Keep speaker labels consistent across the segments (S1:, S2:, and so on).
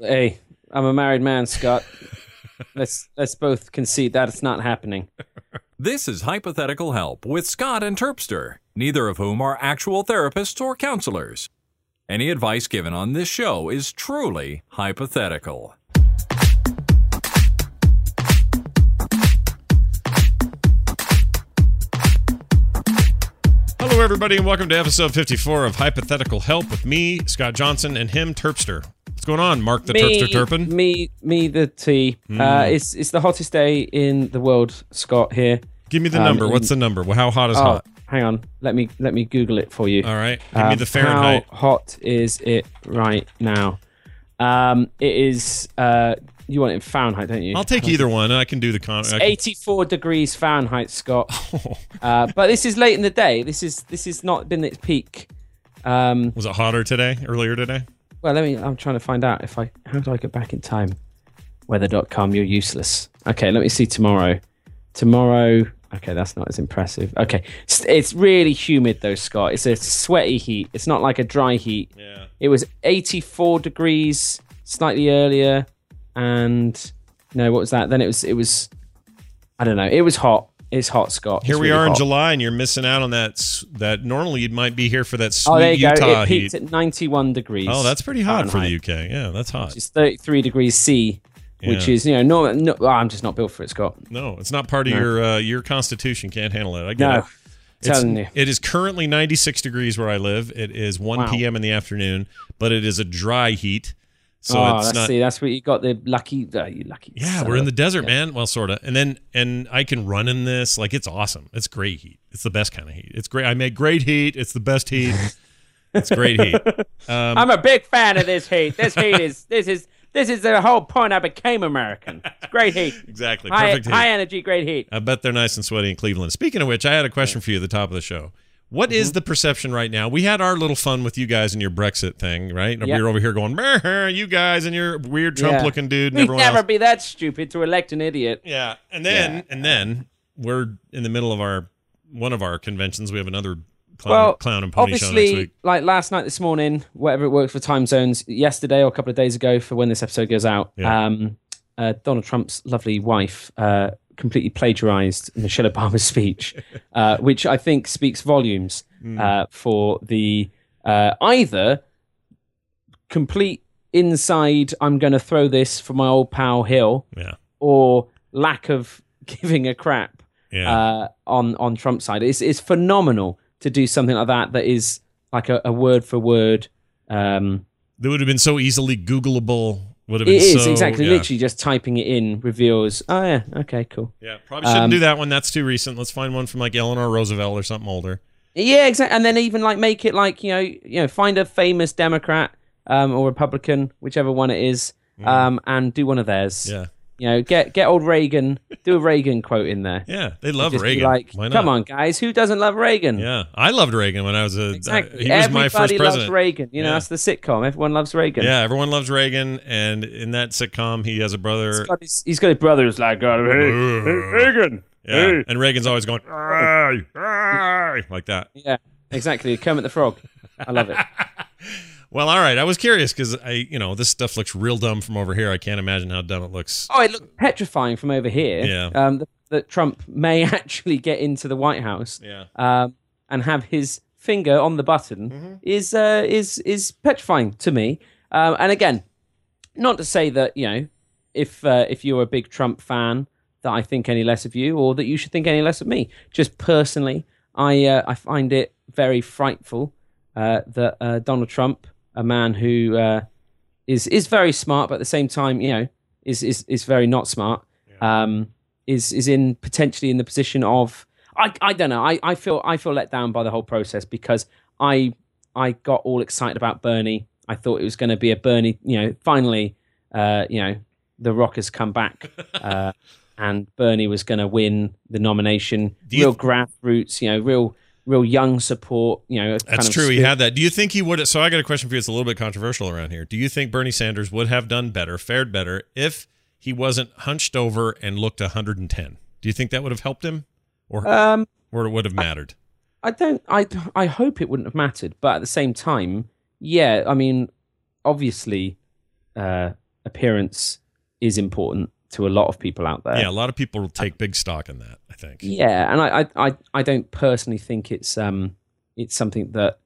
S1: Hey, I'm a married man, Scott. let's let's both concede that it's not happening.
S2: This is Hypothetical Help with Scott and Terpster, neither of whom are actual therapists or counselors. Any advice given on this show is truly hypothetical.
S3: Hello, everybody, and welcome to episode 54 of Hypothetical Help with me, Scott Johnson, and him, Terpster. What's going on, Mark the
S1: me,
S3: Terpster Turpin? Hmm.
S1: Me, me, the T. Uh, it's it's the hottest day in the world, Scott. Here.
S3: Give me the
S1: um,
S3: number. What's the number? Well, How hot is
S1: Oh,
S3: hot?
S1: hang on. Let me let me Google it for you.
S3: All right. Give me
S1: Um,
S3: the Fahrenheit.
S1: How hot is it right now? Um, it is. Uh, you want it in Fahrenheit, don't you?
S3: I'll take either one. I can do the con. I can-
S1: 84 degrees Fahrenheit, Scott. uh, but this is late in the day. This is this has not been its peak. Um,
S3: Was it hotter today? Earlier today?
S1: well, let me. I'm trying to find out if I. How do I go back in time? Weather.com. You're useless. Okay, let me see tomorrow. Tomorrow. Okay, that's not as impressive. Okay, S- it's really humid though, Scott. It's a sweaty heat. It's not like a dry heat.
S3: Yeah.
S1: It was 84 degrees slightly earlier, and no, what was that? Then it was it was, I don't know. It was hot. It's hot, Scott.
S3: Here
S1: It's
S3: we
S1: really
S3: are in
S1: hot.
S3: July, and you're missing out on that. s- That normally you might be here for that sweet
S1: Oh, there you go.
S3: Utah
S1: It
S3: heat.
S1: peaked at 91 degrees.
S3: Oh, that's pretty hot for the
S1: Fahrenheit.
S3: UK. Yeah, that's hot.
S1: which is 33 degrees C, which
S3: Yeah.
S1: is you know no, no oh, I'm just not built for it, Scott.
S3: No, it's not part of your uh, your constitution. Can't handle it. I get
S1: No,
S3: it. It's-
S1: telling you.
S3: It is currently 96 degrees where I live. It is 1
S1: Wow.
S3: p.m. in the afternoon, but it is a dry heat. So
S1: oh,
S3: it's
S1: let's
S3: not.
S1: see. That's what you got. The lucky, uh, you lucky.
S3: Yeah,
S1: son
S3: we're
S1: of
S3: in
S1: a-
S3: the desert, man. Well, sort of. And then, and I can run in this. Like, it's awesome. It's great heat. It's the best kind of heat. It's great. I make great heat. It's the best heat. it's great heat.
S1: I'm a big fan of this heat. This heat is this is this is the whole point I became American. It's great heat.
S3: Exactly.
S1: High,
S3: Perfect heat.
S1: high energy, great heat.
S3: I bet they're nice and sweaty in Cleveland. Speaking of which, I had a question for you at the top of the show. What is
S1: Mm-hmm.
S3: the perception right now? We had our little fun with you guys and your Brexit thing, right? And
S1: Yeah.
S3: We were over here going, "Meh, you guys and your weird Trump-looking dude and
S1: We'd
S3: everyone
S1: never
S3: else.
S1: be that stupid to elect an idiot.
S3: Yeah, and then and then we're in the middle of our one of our conventions. We have another clown,
S1: Well,
S3: clown and pony show
S1: Obviously,
S3: next week.
S1: like last night, this morning, whatever it worked for time zones, yesterday or a couple of days ago for when this episode goes out,
S3: Yeah.
S1: um, uh, Donald Trump's lovely wife uh, completely plagiarized Michelle Obama's speech, uh, which I think speaks volumes
S3: Hmm.
S1: uh, for the uh, either complete inside, I'm going to throw this for my old pal Hill,
S3: Yeah,
S1: or lack of giving a crap
S3: yeah.
S1: uh, on on Trump's side. It's it's phenomenal to do something like that that is like a, a word for word. Um,
S3: that would have been so easily Googleable. Would have been
S1: it is
S3: so,
S1: exactly
S3: yeah.
S1: literally just typing it in reveals. Oh yeah, okay, cool.
S3: Yeah, probably shouldn't
S1: Um,
S3: do that one. That's too recent. Let's find one from like Eleanor Roosevelt or something older.
S1: Yeah, exactly. And then even like make it like you know you know find a famous Democrat um, or Republican, whichever one it is, um, and do one of theirs.
S3: Mm. Yeah,
S1: You know, get get old Reagan, do a Reagan quote in there.
S3: yeah. They love
S1: Just be
S3: Reagan.
S1: like,
S3: Why not?
S1: come on, guys, who doesn't love Reagan?
S3: Yeah, I loved Reagan when I was a. uh,
S1: Exactly.
S3: he was
S1: Everybody
S3: my first
S1: loves
S3: president.
S1: Reagan. You know,
S3: Yeah.
S1: that's the sitcom. Everyone loves Reagan.
S3: Yeah, everyone loves Reagan, and in that sitcom, he has a brother.
S1: He's got his, he's got his brother who's like, "God, hey."
S3: Reagan. Yeah, and Reagan's always going "Aye, aye," like that.
S1: yeah, exactly. Kermit the Frog. I love it.
S3: Well, all right. I was curious because I, you know, this stuff looks real dumb from over here. I can't imagine how dumb it looks.
S1: Oh, it looks petrifying from over here.
S3: Yeah.
S1: Um, that, that Trump may actually get into the White House.
S3: Yeah.
S1: Um, and have his finger on the button is uh, is is petrifying to me. Um, and again, not to say that you know, if uh, if you're a big Trump fan, that I think any less of you, or that you should think any less of me. Just personally, I uh, I find it very frightful uh, that uh, Donald Trump, a man who uh, is is very smart, but at the same time, you know, is is is very not smart. Um, is is in potentially in the position of I I don't know. I, I feel I feel let down by the whole process because I I got all excited about Bernie. I thought it was going to be a Bernie. You know, finally, uh, you know, The Rock has come back. Uh, And Bernie was going to win the nomination.
S3: Do you
S1: Real
S3: th-
S1: grassroots, you know, real, real young support. You know, a kind
S3: That's
S1: of
S3: true. He
S1: spirit-
S3: had that. Do you think he would? So I got a question for you. It's a little bit controversial around here. Do you think Bernie Sanders would have done better, fared better, if he wasn't hunched over and looked 110? Do you think that would have helped him, or
S1: Um,
S3: or it would have mattered?
S1: I don't. I I hope it wouldn't have mattered, but at the same time, yeah. I mean, obviously, uh, appearance is important to a lot of people out there.
S3: Yeah, a lot of people take big stock in that. I think.
S1: Yeah, and I, I, I, I don't personally think it's um it's something that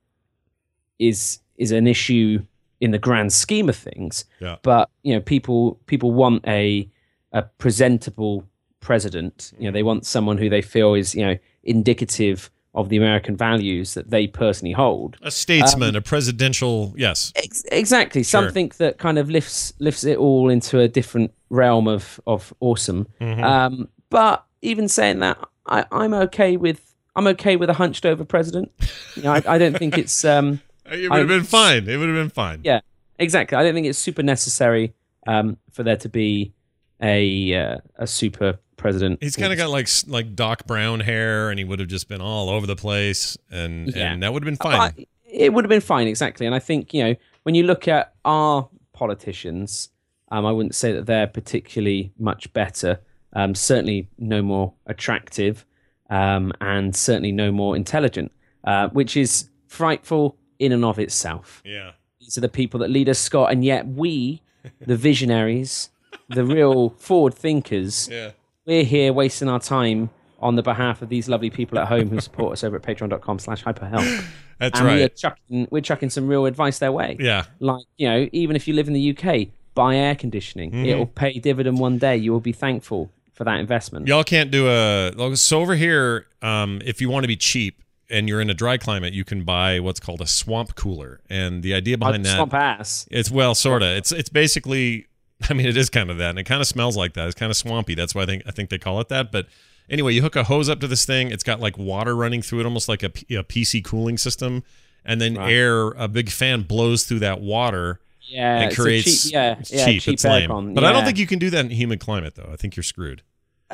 S1: is is an issue in the grand scheme of things.
S3: Yeah.
S1: But you know, people people want a a presentable president. You know, they want someone who they feel is you know indicative of the American values that they personally hold.
S3: A statesman,
S1: um,
S3: a presidential. Yes.
S1: Ex- exactly, something that kind of lifts lifts it all into a different realm of of awesome. Um, but even saying that, I, I'm okay with I'm okay with a hunched over president. You know, I, I don't think it's um,
S3: Uh, It would have been fine. It would have been fine.
S1: yeah, exactly. I don't think it's super necessary um, for there to be a uh, a super president.
S3: He's kind of got like s- like Doc Brown hair, and he would have just been all over the place, and
S1: Yeah. Uh,
S3: and that would have been fine.
S1: I- it would have been fine, exactly. And I think you know when you look at our politicians, um, I wouldn't say that they're particularly much better. Um, certainly no more attractive, um, and certainly no more intelligent, uh, which is frightful in and of itself.
S3: yeah.
S1: These are the people that lead us, Scott, and yet we, the visionaries, the real forward thinkers,
S3: Yeah.
S1: we're here wasting our time on the behalf of these lovely people at home who support us over at patreon.com slash hyperhelp
S3: That's
S1: and we're
S3: right.
S1: chucking we're chucking some real advice their way.
S3: Yeah.
S1: Like, you know, even if you live in the UK, buy air conditioning.
S3: Mm-hmm.
S1: It'll pay dividend one day. You will be thankful for that investment.
S3: Y'all can't do a so over here. Um, if you want to be cheap and you're in a dry climate, you can buy what's called a swamp cooler, and the idea
S1: I'd
S3: behind that
S1: swamp ass.
S3: It's well, sorta. It's it's basically. I mean, it is kind of that, and it kind of smells like that. It's kind of swampy. That's why I think I think they call it that. But anyway, you hook a hose up to this thing. It's got like water running through it, almost like a, P- a PC cooling system, and then air. A big fan blows through that water.
S1: Yeah.
S3: and
S1: it's a
S3: creates
S1: cheap, yeah,
S3: it's
S1: yeah,
S3: cheap.
S1: cheap
S3: it's lame.
S1: aircon.
S3: But I don't
S1: Yeah.
S3: think you can do that in humid climate, though. I think you're screwed.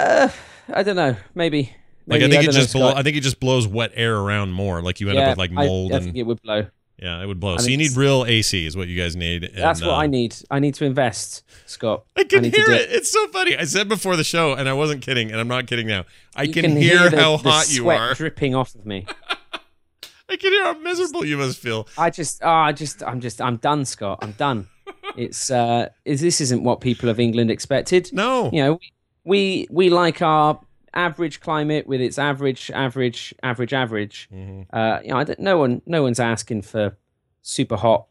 S1: I don't know. Maybe.
S3: Like
S1: maybe,
S3: I think it
S1: don't
S3: just
S1: know,
S3: blow,
S1: Scott.
S3: I think it just blows wet air around more. Like you end
S1: yeah,
S3: up with like
S1: I-
S3: mold
S1: I,
S3: and
S1: think it would blow.
S3: yeah, it would blow.
S1: I
S3: so
S1: think
S3: you need
S1: it's-
S3: real AC is what you guys need. and,
S1: That's what
S3: uh,
S1: I need. I need to invest, Scott.
S3: I can
S1: need to
S3: hear
S1: do
S3: it. It's so funny. I said before the show, and I wasn't kidding, and I'm not kidding now. I
S1: You
S3: can, hear,
S1: the-
S3: how
S1: the
S3: hot you
S1: sweat
S3: are.
S1: dripping off of me.
S3: I can hear how miserable you must feel.
S1: I just, oh, I just, I'm just, I'm done, Scott. I'm done. It's, uh, is this isn't what people of England expected.
S3: No.
S1: You know, we we like our average climate with its average, average, average, average.
S3: Mm-hmm. Hmm.
S1: Uh, you know, I don't, no one, no one's asking for super hot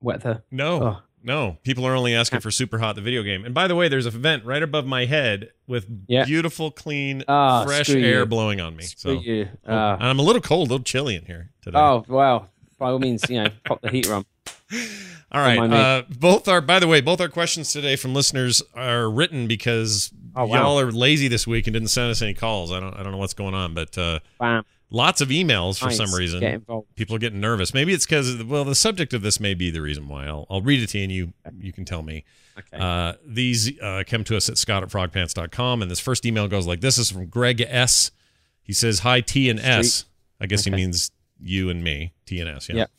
S1: weather.
S3: No.
S1: Oh.
S3: No. People are only asking for Super Hot, the video game. And by the way, there's a vent right above my head with
S1: Yeah.
S3: beautiful, clean,
S1: Ah,
S3: fresh
S1: screw
S3: air
S1: you.
S3: blowing on me.
S1: For
S3: So
S1: you.
S3: Oh,
S1: Uh,
S3: and I'm a little cold, a little chilly in here today.
S1: oh well, by all means, you know, pop the heater on.
S3: All right.
S1: Remind me.
S3: Uh, both are, by the way, both our questions today from listeners are written because
S1: Oh, wow.
S3: y'all are lazy this week and didn't send us any calls. I don't, I don't know what's going on, but uh,
S1: Bam.
S3: lots of emails for some
S1: Nice.
S3: reason.
S1: Get involved.
S3: People are getting nervous. Maybe it's because well, the subject of this may be the reason why. I'll, I'll read it to you, and you you can tell me.
S1: Okay.
S3: Uh, these uh, come to us at Scott at frogpants.com. And this first email goes like this is from Greg S. He says, Hi, T and S. I guess he
S1: Okay.
S3: means you and me, T and S. Yeah.
S1: Yep.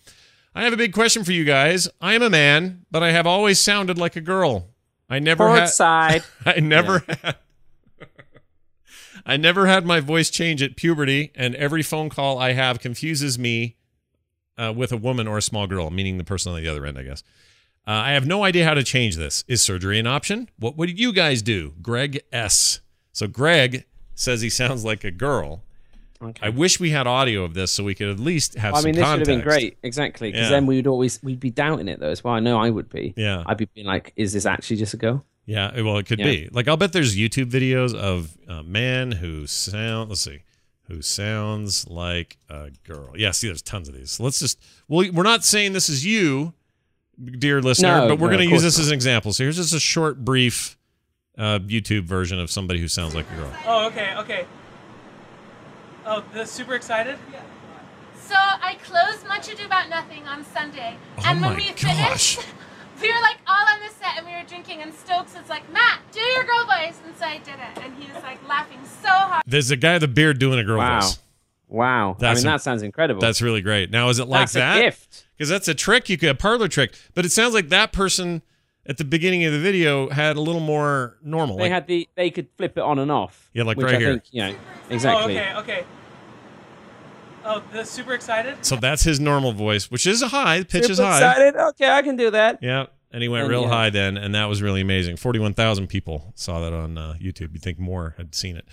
S3: I have a big question for you guys. I am a man, but I have always sounded like a girl. I never
S1: Forward
S3: had.
S1: side.
S3: I never had. I never had my voice change at puberty, and every phone call I have confuses me uh, with a woman or a small girl, meaning the person on the other end, I guess. Uh, I have no idea how to change this. Is surgery an option? What would you guys do? Greg S. So Greg says he sounds like a girl.
S1: Okay.
S3: I wish we had audio of this so we could at least have
S1: I
S3: some
S1: mean, this
S3: context.
S1: would have been great, exactly, because
S3: Yeah.
S1: then we would always we'd be doubting it though as well. I know I would be.
S3: Yeah.
S1: I'd be being like, "Is this actually just a girl?"
S3: Yeah, well, it could be. Like, I'll bet there's YouTube videos of a man who sound. Let's see, who sounds like a girl. Yeah, see, there's tons of these. Let's just. Well, we're not saying this is you, dear listener,
S1: No,
S3: but we're
S1: no,
S3: going
S1: of
S3: to use
S1: course
S3: this as an example. So here's just a short, brief uh, YouTube version of somebody who sounds like a girl.
S4: Oh, okay, okay. Oh, the super excited? Yeah.
S5: So I closed Much Ado About Nothing on Sunday,
S3: Oh
S5: and when
S3: my
S5: we
S3: gosh.
S5: finished, we were like all on the set and we were drinking, and Stokes was like, Matt, do your girl voice, and so I did it, and he was like laughing so hard.
S3: There's a guy with a beard doing a girl
S1: Wow.
S3: voice.
S1: Wow. I
S3: That's
S1: mean,
S3: im-
S1: that sounds incredible.
S3: That's really great. Now, is it like
S1: That's
S3: that?
S1: a gift.
S3: because that's a trick you could a parlor trick but it sounds like that person at the beginning of the video had a little more normal
S1: They
S3: like,
S1: had the they could flip it on and off.
S3: Yeah, like
S1: which
S3: right
S1: I
S3: here.
S1: Think, you know, exactly.
S4: Oh, okay, okay. Oh, the super excited?
S3: so that's his normal voice which is high the pitch is
S1: Super
S3: high
S1: excited. Okay, I can do that.
S3: yeah And he went
S1: And
S3: real
S1: yeah.
S3: high then, and that was really amazing. 41,000 people saw that on uh, YouTube. You'd think more had seen it.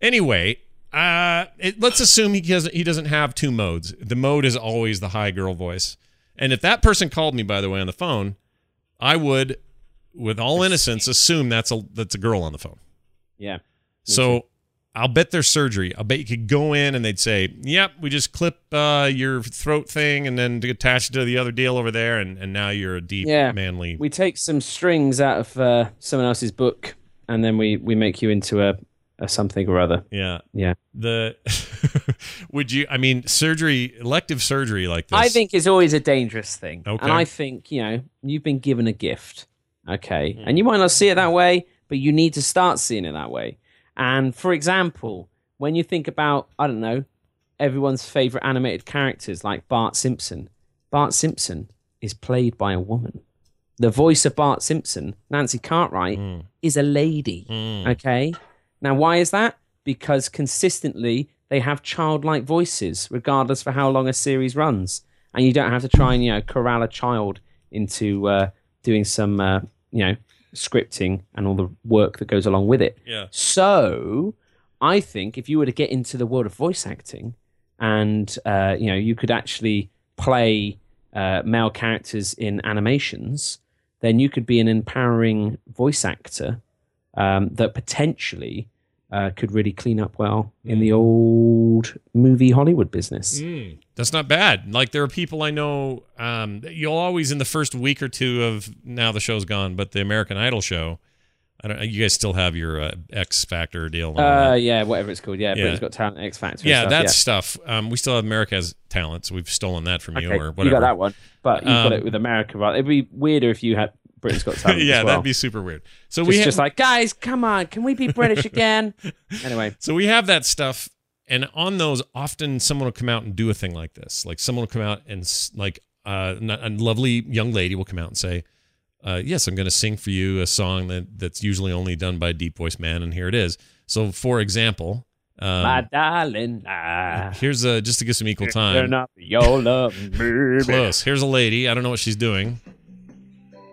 S3: Anyway, uh, it, let's assume he doesn't, he doesn't have two modes. The mode is always the high girl voice. And if that person called me, by the way, on the phone, I would, with all innocence, assume that's a, that's a girl on the phone.
S1: Yeah.
S3: So I'll bet there's surgery. I'll bet you could go in and they'd say, "Yep, we just clip uh, your throat thing and then attach it to the other deal over there, and, and now you're a deep,
S1: Yeah.
S3: manly."
S1: We take some strings out of uh, someone else's book, and then we we make you into a, a something or other.
S3: yeah.
S1: Yeah.
S3: The would you? I mean, surgery, elective surgery like this.
S1: I think it's always a dangerous thing.
S3: Okay.
S1: And I think, you know, you've been given a gift. Okay. And you might not see it that way, but you need to start seeing it that way. And for example, when you think about, I don't know, everyone's favorite animated characters like Bart Simpson, Bart Simpson is played by a woman. The voice of Bart Simpson, Nancy Cartwright, is a lady. Okay. Now, why is that? Because consistently they have childlike voices, regardless for how long a series runs, and you don't have to try and you know corral a child into uh, doing some uh, you know scripting and all the work that goes along with it.
S3: Yeah.
S1: So, I think if you were to get into the world of voice acting, and uh, you know you could actually play uh, male characters in animations, then you could be an empowering voice actor um, that potentially uh, could really clean up well in the old movie Hollywood business.
S3: That's not bad. Like there are people I know. Um, you'll always in the first week or two of now the show's gone, but the American Idol show. I don't. You guys still have your uh, X Factor deal? and all that.
S1: Uh, yeah, whatever it's called. Yeah,
S3: Yeah.
S1: Britain's Got Talent, X Factor. and
S3: yeah,
S1: stuff,
S3: that stuff. Um, we still have America's Talent, so we've stolen that from you
S1: Okay,
S3: or
S1: You
S3: whatever.
S1: got that one, but you
S3: Um,
S1: got it with America, right? It'd be weirder if you had Britain's Got Talent.
S3: yeah,
S1: as well.
S3: that'd be super weird. So
S1: Just,
S3: we ha-
S1: just like, guys, come on, can we be British again? anyway,
S3: so we have that stuff, and on those, often someone will come out and do a thing like this. Like someone will come out and s- like uh, n- a lovely young lady will come out and say, uh, "Yes, I'm going to sing for you a song that that's usually only done by a deep voice man, and here it is." So, for example, um,
S1: my darling, ah,
S3: here's a just to give some equal
S1: you're
S3: time.
S1: not your love, baby.
S3: Close. Here's a lady. I don't know what she's doing.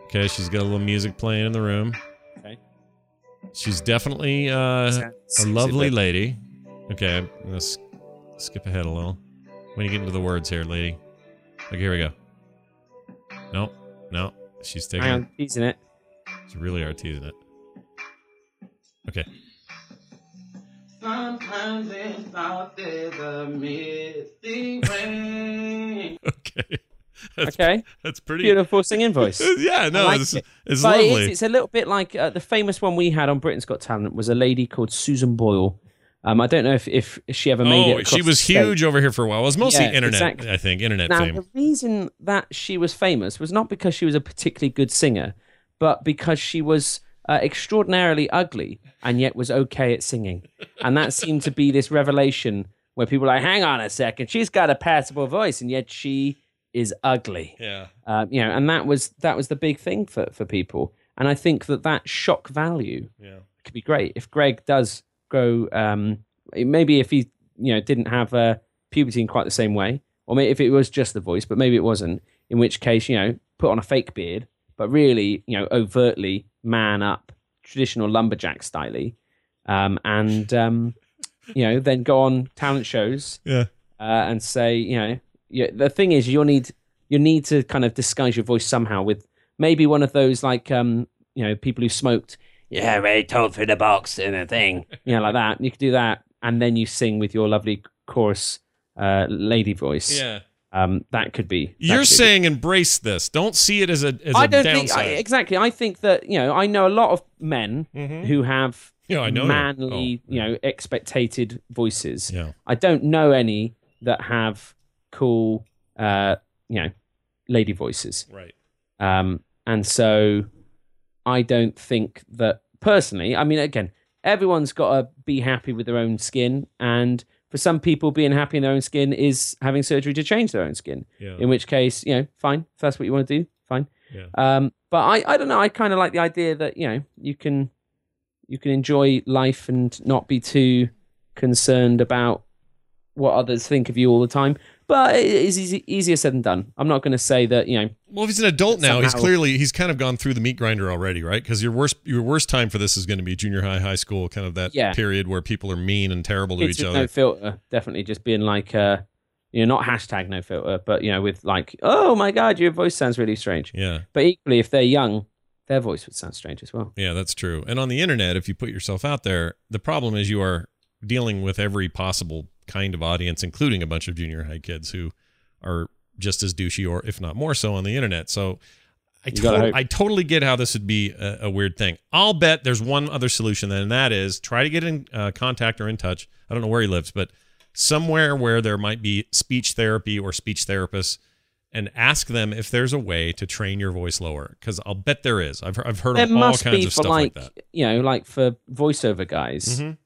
S3: Okay, she's got a little music playing in the room.
S1: Okay.
S3: She's definitely uh, a
S1: Sexy
S3: lovely
S1: bit.
S3: lady. Okay, I'm gonna s- skip ahead a little. When you get into the words here, lady. Okay, here we go. No, no, she's
S1: Hang
S3: taking.
S1: on, teasing it.
S3: She really are teasing it. Okay.
S6: Sometimes it's out there the misty rain.
S3: Okay. That's,
S1: Okay,
S3: That's pretty.
S1: beautiful singing voice.
S3: yeah. No,
S1: I like
S3: it's,
S1: it.
S3: it's
S1: but it
S3: lovely.
S1: is, it's a little bit like uh, the famous one we had on Britain's Got Talent was a lady called Susan Boyle. Um, I don't know if, if she ever made
S3: oh,
S1: it.
S3: she
S1: across
S3: was
S1: the States.
S3: huge over here for a while. It was mostly
S1: Yeah,
S3: internet,
S1: exactly.
S3: I think. Internet
S1: Now,
S3: fame.
S1: the reason that she was famous was not because she was a particularly good singer, but because she was uh, extraordinarily ugly and yet was okay at singing. And that seemed to be this revelation where people are like, hang on a second, she's got a passable voice and yet she is ugly.
S3: Yeah.
S1: um, you know, and that was that was the big thing for for people. And I think that that shock value
S3: Yeah.
S1: could be great if Greg does grow. Um, maybe if he you know didn't have uh, puberty in quite the same way, or maybe if it was just the voice, but maybe it wasn't. In which case, you know, put on a fake beard, but really, you know, overtly man up, traditional lumberjack styly, um, and um, you know, then go on talent shows
S3: Yeah.
S1: uh, and say, you know, you, the thing is, you'll need you need to kind of disguise your voice somehow with maybe one of those like um, you know people who smoked, yeah, they told through the box and the thing, you know, like that. You could do that, and then you sing with your lovely chorus uh, lady voice.
S3: Yeah.
S1: Um, that could be. that
S3: You're
S1: could be-
S3: saying embrace this. Don't see it as a as a
S1: I don't think I,
S3: downside.
S1: exactly. I think that you know I know a lot of men
S3: Mhm.
S1: who have
S3: Yeah, I know you.
S1: manly,
S3: Oh.
S1: you know, expectated voices.
S3: yeah.
S1: I don't know any that have cool, uh, you know, lady voices.
S3: Right.
S1: Um, and so I don't think that personally, I mean, again, everyone's got to be happy with their own skin. And for some people, being happy in their own skin is having surgery to change their own skin,
S3: Yeah.
S1: in which case, you know, fine. If that's what you want to do, fine.
S3: Yeah.
S1: Um, but I, I don't know. I kind of like the idea that, you know, you can, you can enjoy life and not be too concerned about what others think of you all the time. But it is easy, easier said than done. I'm not going to say that you know.
S3: Well, if he's an adult now, he's
S1: Somehow.
S3: clearly he's kind of gone through the meat grinder already, right? Because your worst your worst time for this is going to be junior high, high school, kind of that
S1: Yeah.
S3: period where people are mean and terrible to
S1: Kids
S3: each
S1: with
S3: other.
S1: no filter, definitely just being like, uh, you know, not hashtag no filter, but you know, with like, oh my god, your voice sounds really strange.
S3: Yeah,
S1: But equally, if they're young, their voice would sound strange as well.
S3: yeah, that's true. And on the internet, if you put yourself out there, the problem is you are dealing with every possible kind of audience, including a bunch of junior high kids who are just as douchey, or if not more so, on the internet. So. I,
S1: You gotta
S3: tot-
S1: hope.
S3: I totally get how this would be a, a weird thing. I'll bet there's one other solution, then, and that is try to get in uh, contact or in touch. I don't know where he lives, but somewhere where there might be speech therapy or speech therapists and ask them if there's a way to train your voice lower because i'll bet there is i've, I've heard
S1: There
S3: of all
S1: must
S3: kinds
S1: be
S3: of
S1: for
S3: stuff like,
S1: like,
S3: that
S1: you know, like for voiceover guys,
S3: Mhm.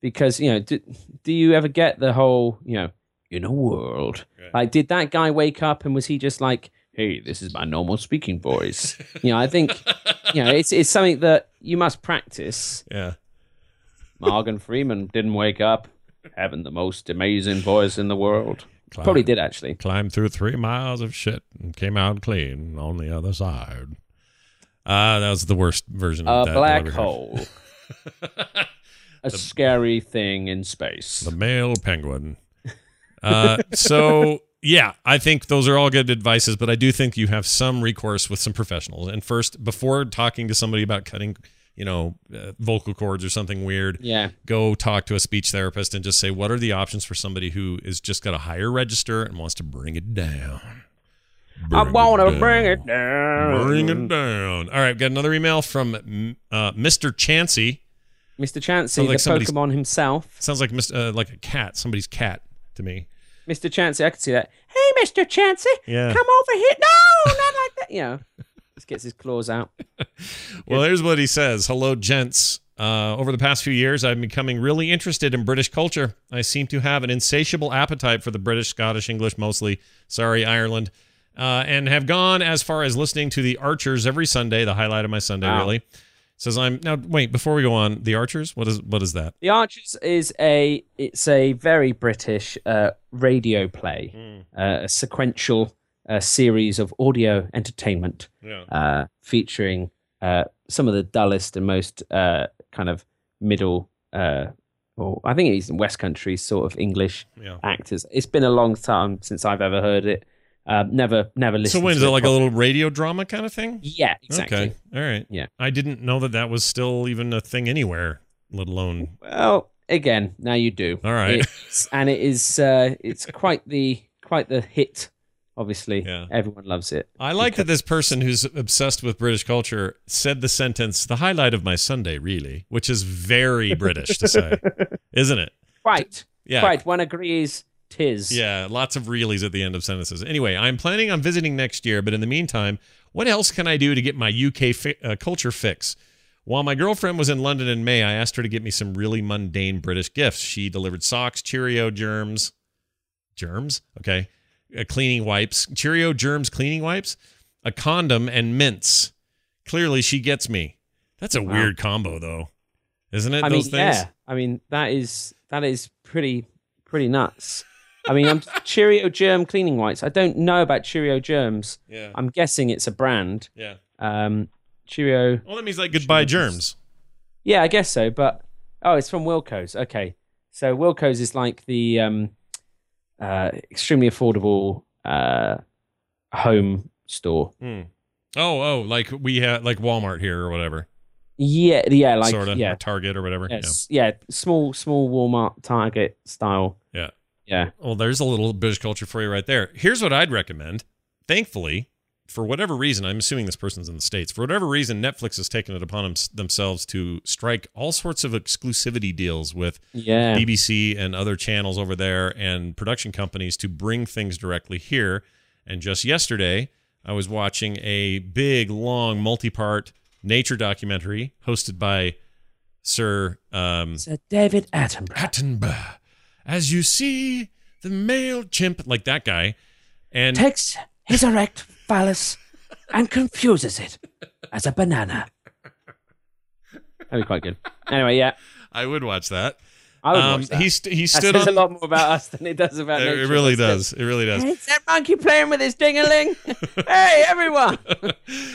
S1: because you know, do, do you ever get the whole, you know, in a world? Like, did that guy wake up and was he just like, hey, this is my normal speaking voice? you know, I think, you know, it's it's something that you must practice.
S3: yeah
S1: Morgan Freeman didn't wake up having the most amazing voice in the world. Probably did actually.
S3: climbed through three miles of shit and came out clean on the other side uh, that was the worst version
S1: A
S3: of that that I've
S1: black
S3: ever heard.
S1: hole. A scary thing in space.
S3: the male penguin uh, so yeah i think those are all good advices but i do think you have some recourse with some professionals and first before talking to somebody about cutting you know uh, vocal cords or something weird
S1: yeah.
S3: go talk to a speech therapist and just say what are the options for somebody who is just got a higher register and wants to bring it down.
S1: I want to bring it down.
S3: Bring it down. All right, got another email from mm, uh, Mr. Chansey.
S1: Mr. Chansey,
S3: Sounds like
S1: the
S3: somebody's-
S1: Pokemon himself.
S3: Sounds like Mr. Uh, like a cat, somebody's cat to me.
S1: Mr. Chansey, I could see that. Hey, Mr. Chansey,
S3: Yeah.
S1: come over here. No, not like that. You know, just gets his claws out.
S3: Well, here's what he says. Hello, gents. Uh, over the past few years, I've been becoming really interested in British culture. I seem to have an insatiable appetite for the British, Scottish, English, mostly. Sorry, Ireland. Uh, and have gone as far as listening to The Archers every Sunday, the highlight of my Sunday,
S1: Wow.
S3: really. Says I'm now. Wait, before we go on, The Archers. What is what is that?
S1: The Archers is a it's a very British uh, radio play,
S3: Mm,
S1: uh, a sequential uh, series of audio entertainment
S3: Yeah.
S1: uh, featuring uh, some of the dullest and most uh, kind of middle, uh, or I think it's West Country sort of English
S3: Yeah.
S1: actors. It's been a long time since I've ever heard it. Uh, never, never
S3: So
S1: listened.
S3: when
S1: to
S3: is it like a
S1: properly.
S3: little radio drama kind of thing?
S1: Yeah, exactly.
S3: Okay. All right.
S1: Yeah.
S3: I didn't know that that was still even a thing anywhere, let alone
S1: Well, again, now you do.
S3: All right.
S1: It's- and it is uh, it's quite the quite the hit. Obviously,
S3: Yeah.
S1: everyone loves it.
S3: I like that this person who's obsessed with British culture said the sentence, the highlight of my Sunday, really, which is very British to say, isn't it?
S1: Right,
S3: Yeah.
S1: right. One agrees. Tis.
S3: Yeah. Lots of reallys at the end of sentences. Anyway, I'm planning on visiting next year, but in the meantime, what else can I do to get my UK fi- uh, culture fix? While my girlfriend was in London in May, I asked her to get me some really mundane British gifts. She delivered socks, Cheerio germs, germs? Okay. Uh, cleaning wipes, Cheerio germs cleaning wipes, a condom, and mints. Clearly, she gets me. That's a
S1: Wow.
S3: weird combo, though, isn't it?
S1: I mean,
S3: those things.
S1: yeah. I mean, that is that is pretty pretty nuts. I mean, I'm Cheerio germ cleaning wipes. I don't know about Cheerio germs.
S3: Yeah.
S1: I'm guessing it's a brand.
S3: Yeah.
S1: Um, Cheerio.
S3: Well, that means like goodbye germs.
S1: Yeah, I guess so. But oh, it's from Wilco's. Okay, so Wilco's is like the um, uh, extremely affordable uh, home store.
S3: Hmm. Oh, oh, like we have like Walmart here or whatever,
S1: Yeah, yeah, like
S3: sort of,
S1: yeah,
S3: or Target or whatever.
S1: yes, yeah, small, small Walmart Target style.
S3: Yeah.
S1: yeah.
S3: Yeah. Well, there's a little British culture for you right there. Here's what I'd recommend. Thankfully, for whatever reason, I'm assuming this person's in the states. For whatever reason, Netflix has taken it upon them- themselves to strike all sorts of exclusivity deals with
S1: Yeah,
S3: BBC and other channels over there and production companies to bring things directly here. And just yesterday, I was watching a big, long, multi part nature documentary hosted by Sir um,
S1: Sir David Attenborough.
S3: Attenborough. As you see, the male chimp, like that guy. And
S1: takes his erect phallus and confuses it as a banana. That'd be quite good. Anyway, yeah.
S3: I would watch that.
S1: I would
S3: Um,
S1: watch that.
S3: he st- he
S1: That
S3: stood
S1: says
S3: on.
S1: a lot more about us than it does about
S3: It,
S1: nature.
S3: it really
S1: doesn't
S3: does. It really does.
S1: It's that monkey playing with his ding-a-ling. hey, everyone!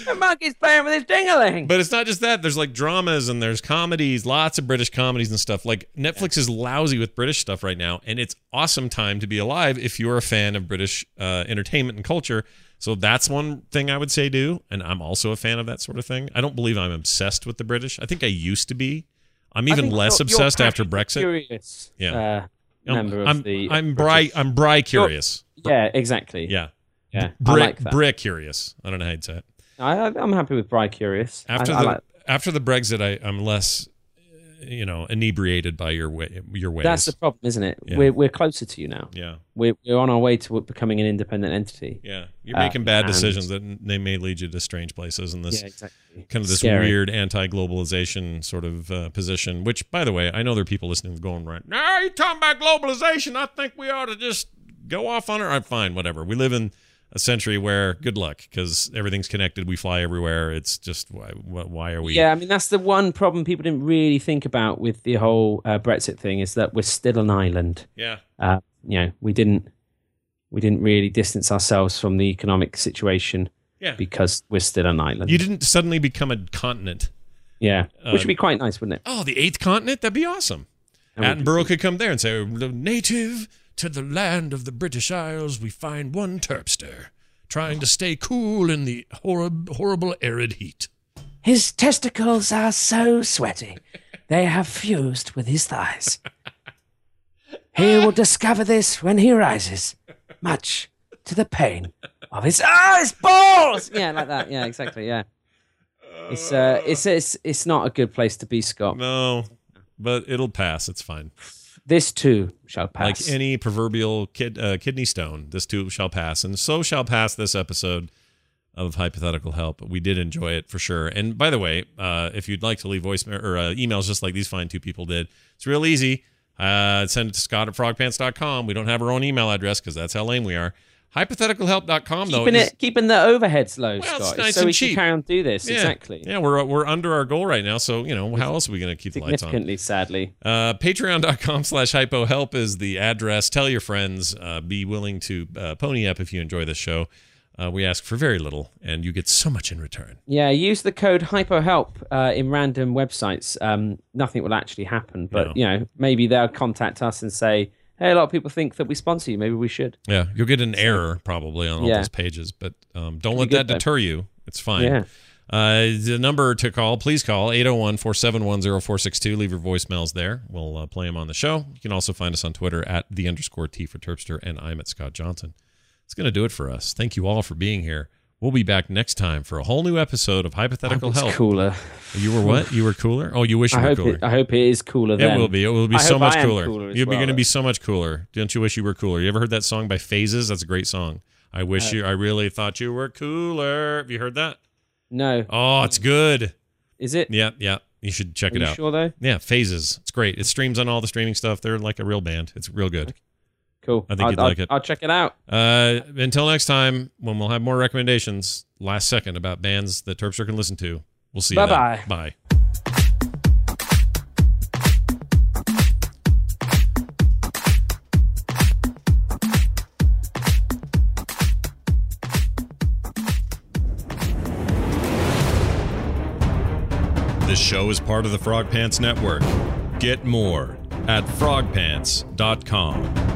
S1: The monkey's playing with his ding-a-ling.
S3: But it's not just that. There's like dramas and there's comedies, lots of British comedies and stuff. Like Netflix is lousy with British stuff right now, and it's awesome time to be alive if you're a fan of British uh, entertainment and culture. So that's one thing I would say do, and I'm also a fan of that sort of thing. I don't believe I'm obsessed with the British. I think I used to be. I'm
S1: I
S3: even
S1: think
S3: less
S1: you're- you're
S3: obsessed after
S1: practically
S3: Brexit.
S1: Curious,
S3: Yeah.
S1: uh, member
S3: I'm
S1: of
S3: I'm,
S1: the.
S3: I'm bry
S1: British-
S3: I'm bry curious.
S1: Yeah, exactly.
S3: Yeah,
S1: yeah. I
S3: brick
S1: like that.
S3: brick curious. I don't know how you'd say it.
S1: I, I- I'm happy with Bry Curious. I-
S3: after
S1: I
S3: the
S1: like-
S3: after the Brexit, I, I'm less, uh, you know, inebriated by your way your ways.
S1: that's the problem, isn't it?
S3: Yeah.
S1: We're we're closer to you now.
S3: yeah,
S1: We're we're on our way to becoming an independent entity.
S3: yeah. You're
S1: Uh,
S3: making bad
S1: and-
S3: decisions that n- they may lead you to strange places, and this
S1: yeah, exactly.
S3: kind of this
S1: Scary.
S3: weird anti-globalization sort of uh, position. Which, by the way, I know there are people listening going right now. You're talking about globalization. I think we ought to just go off on it. I'm fine, whatever. We live in a century where good luck because everything's connected. We fly everywhere. It's just why why are we?
S1: Yeah, I mean that's the one problem people didn't really think about with the whole uh, Brexit thing is that we're still an island.
S3: yeah.
S1: Uh, you know, we didn't we didn't really distance ourselves from the economic situation
S3: Yeah.
S1: because we're still an island.
S3: You didn't suddenly become a continent.
S1: yeah,
S3: Uh,
S1: which would be quite nice, wouldn't it?
S3: Oh, the eighth continent? That'd be awesome.
S1: And we-
S3: Attenborough could come there and say, Native to the land of the British Isles, we find one Terpster trying to stay cool in the horrib- horrible arid heat.
S1: His testicles are so sweaty, they have fused with his thighs. He will discover this when he rises, much to the pain of his ah, his balls. Yeah, like that. Yeah, exactly. Yeah, it's uh, it's it's it's not a good place to be, Scott.
S3: No, but it'll pass. It's fine.
S1: This too shall pass.
S3: Like any proverbial kid, uh, kidney stone, this too shall pass. And so shall pass this episode of Hypothetical Help. We did enjoy it for sure. And by the way, uh, if you'd like to leave voice or uh, emails just like these fine two people did, it's real easy. Uh, send it to scott at frogpants.com. We don't have our own email address because that's how lame we are. Hypotheticalhelp.com, though.
S1: keeping
S3: is-
S1: it keeping the overheads low,
S3: Well, it's
S1: Scott,
S3: nice
S1: so
S3: and
S1: we
S3: cheap.
S1: can carry on do this.
S3: yeah,
S1: Exactly.
S3: Yeah, we're, we're under our goal right now. So, you know, how else are we going to keep the lights on?
S1: Significantly, sadly.
S3: Uh, Patreon.com slash hypohelp is the address. Tell your friends. Uh, be willing to uh, pony up if you enjoy this show. Uh, we ask for very little, and you get so much in return.
S1: Yeah, use the code HypoHelp uh, in random websites. Um, nothing will actually happen, but
S3: No.
S1: you know maybe they'll contact us and say, "Hey, a lot of people think that we sponsor you. Maybe we should."
S3: Yeah, you'll get an error probably on all
S1: Yeah.
S3: those pages, but um, don't let
S1: good
S3: that
S1: though.
S3: deter you. It's fine.
S1: Yeah.
S3: Uh, the number to call, please call 801 471 0462. Leave your voicemails there. We'll uh, play them on the show. You can also find us on Twitter at the underscore T for Terpster, and I'm at Scott Johnson. It's going to do it for us. Thank you all for being here. We'll be back next time for a whole new episode of Hypothetical
S1: It's
S3: Help.
S1: cooler.
S3: You were what? You were cooler? Oh, you wish you
S1: I
S3: were
S1: hope
S3: cooler.
S1: it. I hope it is cooler.
S3: It
S1: Then
S3: will be. It will be
S1: I
S3: so
S1: hope
S3: much
S1: I am
S3: cooler.
S1: cooler as
S3: You're
S1: well,
S3: going to be
S1: though.
S3: so much cooler. Don't you wish you were cooler? You ever heard that song by Phases? That's a great song. I wish
S1: Uh,
S3: you. I really thought you were cooler. Have you heard that?
S1: No,
S3: Oh, it's good.
S1: is it?
S3: Yeah, yeah. You should check
S1: Are
S3: it
S1: you
S3: out.
S1: sure though?
S3: Yeah, Phases. It's great. It streams on all the streaming stuff. They're like a real band. It's real good.
S1: Cool.
S3: I think
S1: I'll-
S3: you'd
S1: I'll-
S3: like it.
S1: I'll check it out.
S3: Uh, until next time, when we'll have more recommendations, last second about bands that Terpster can listen to. We'll see you. then.
S1: Bye-bye.
S3: Bye. This show is part of the Frog Pants Network. Get more at frogpants.com.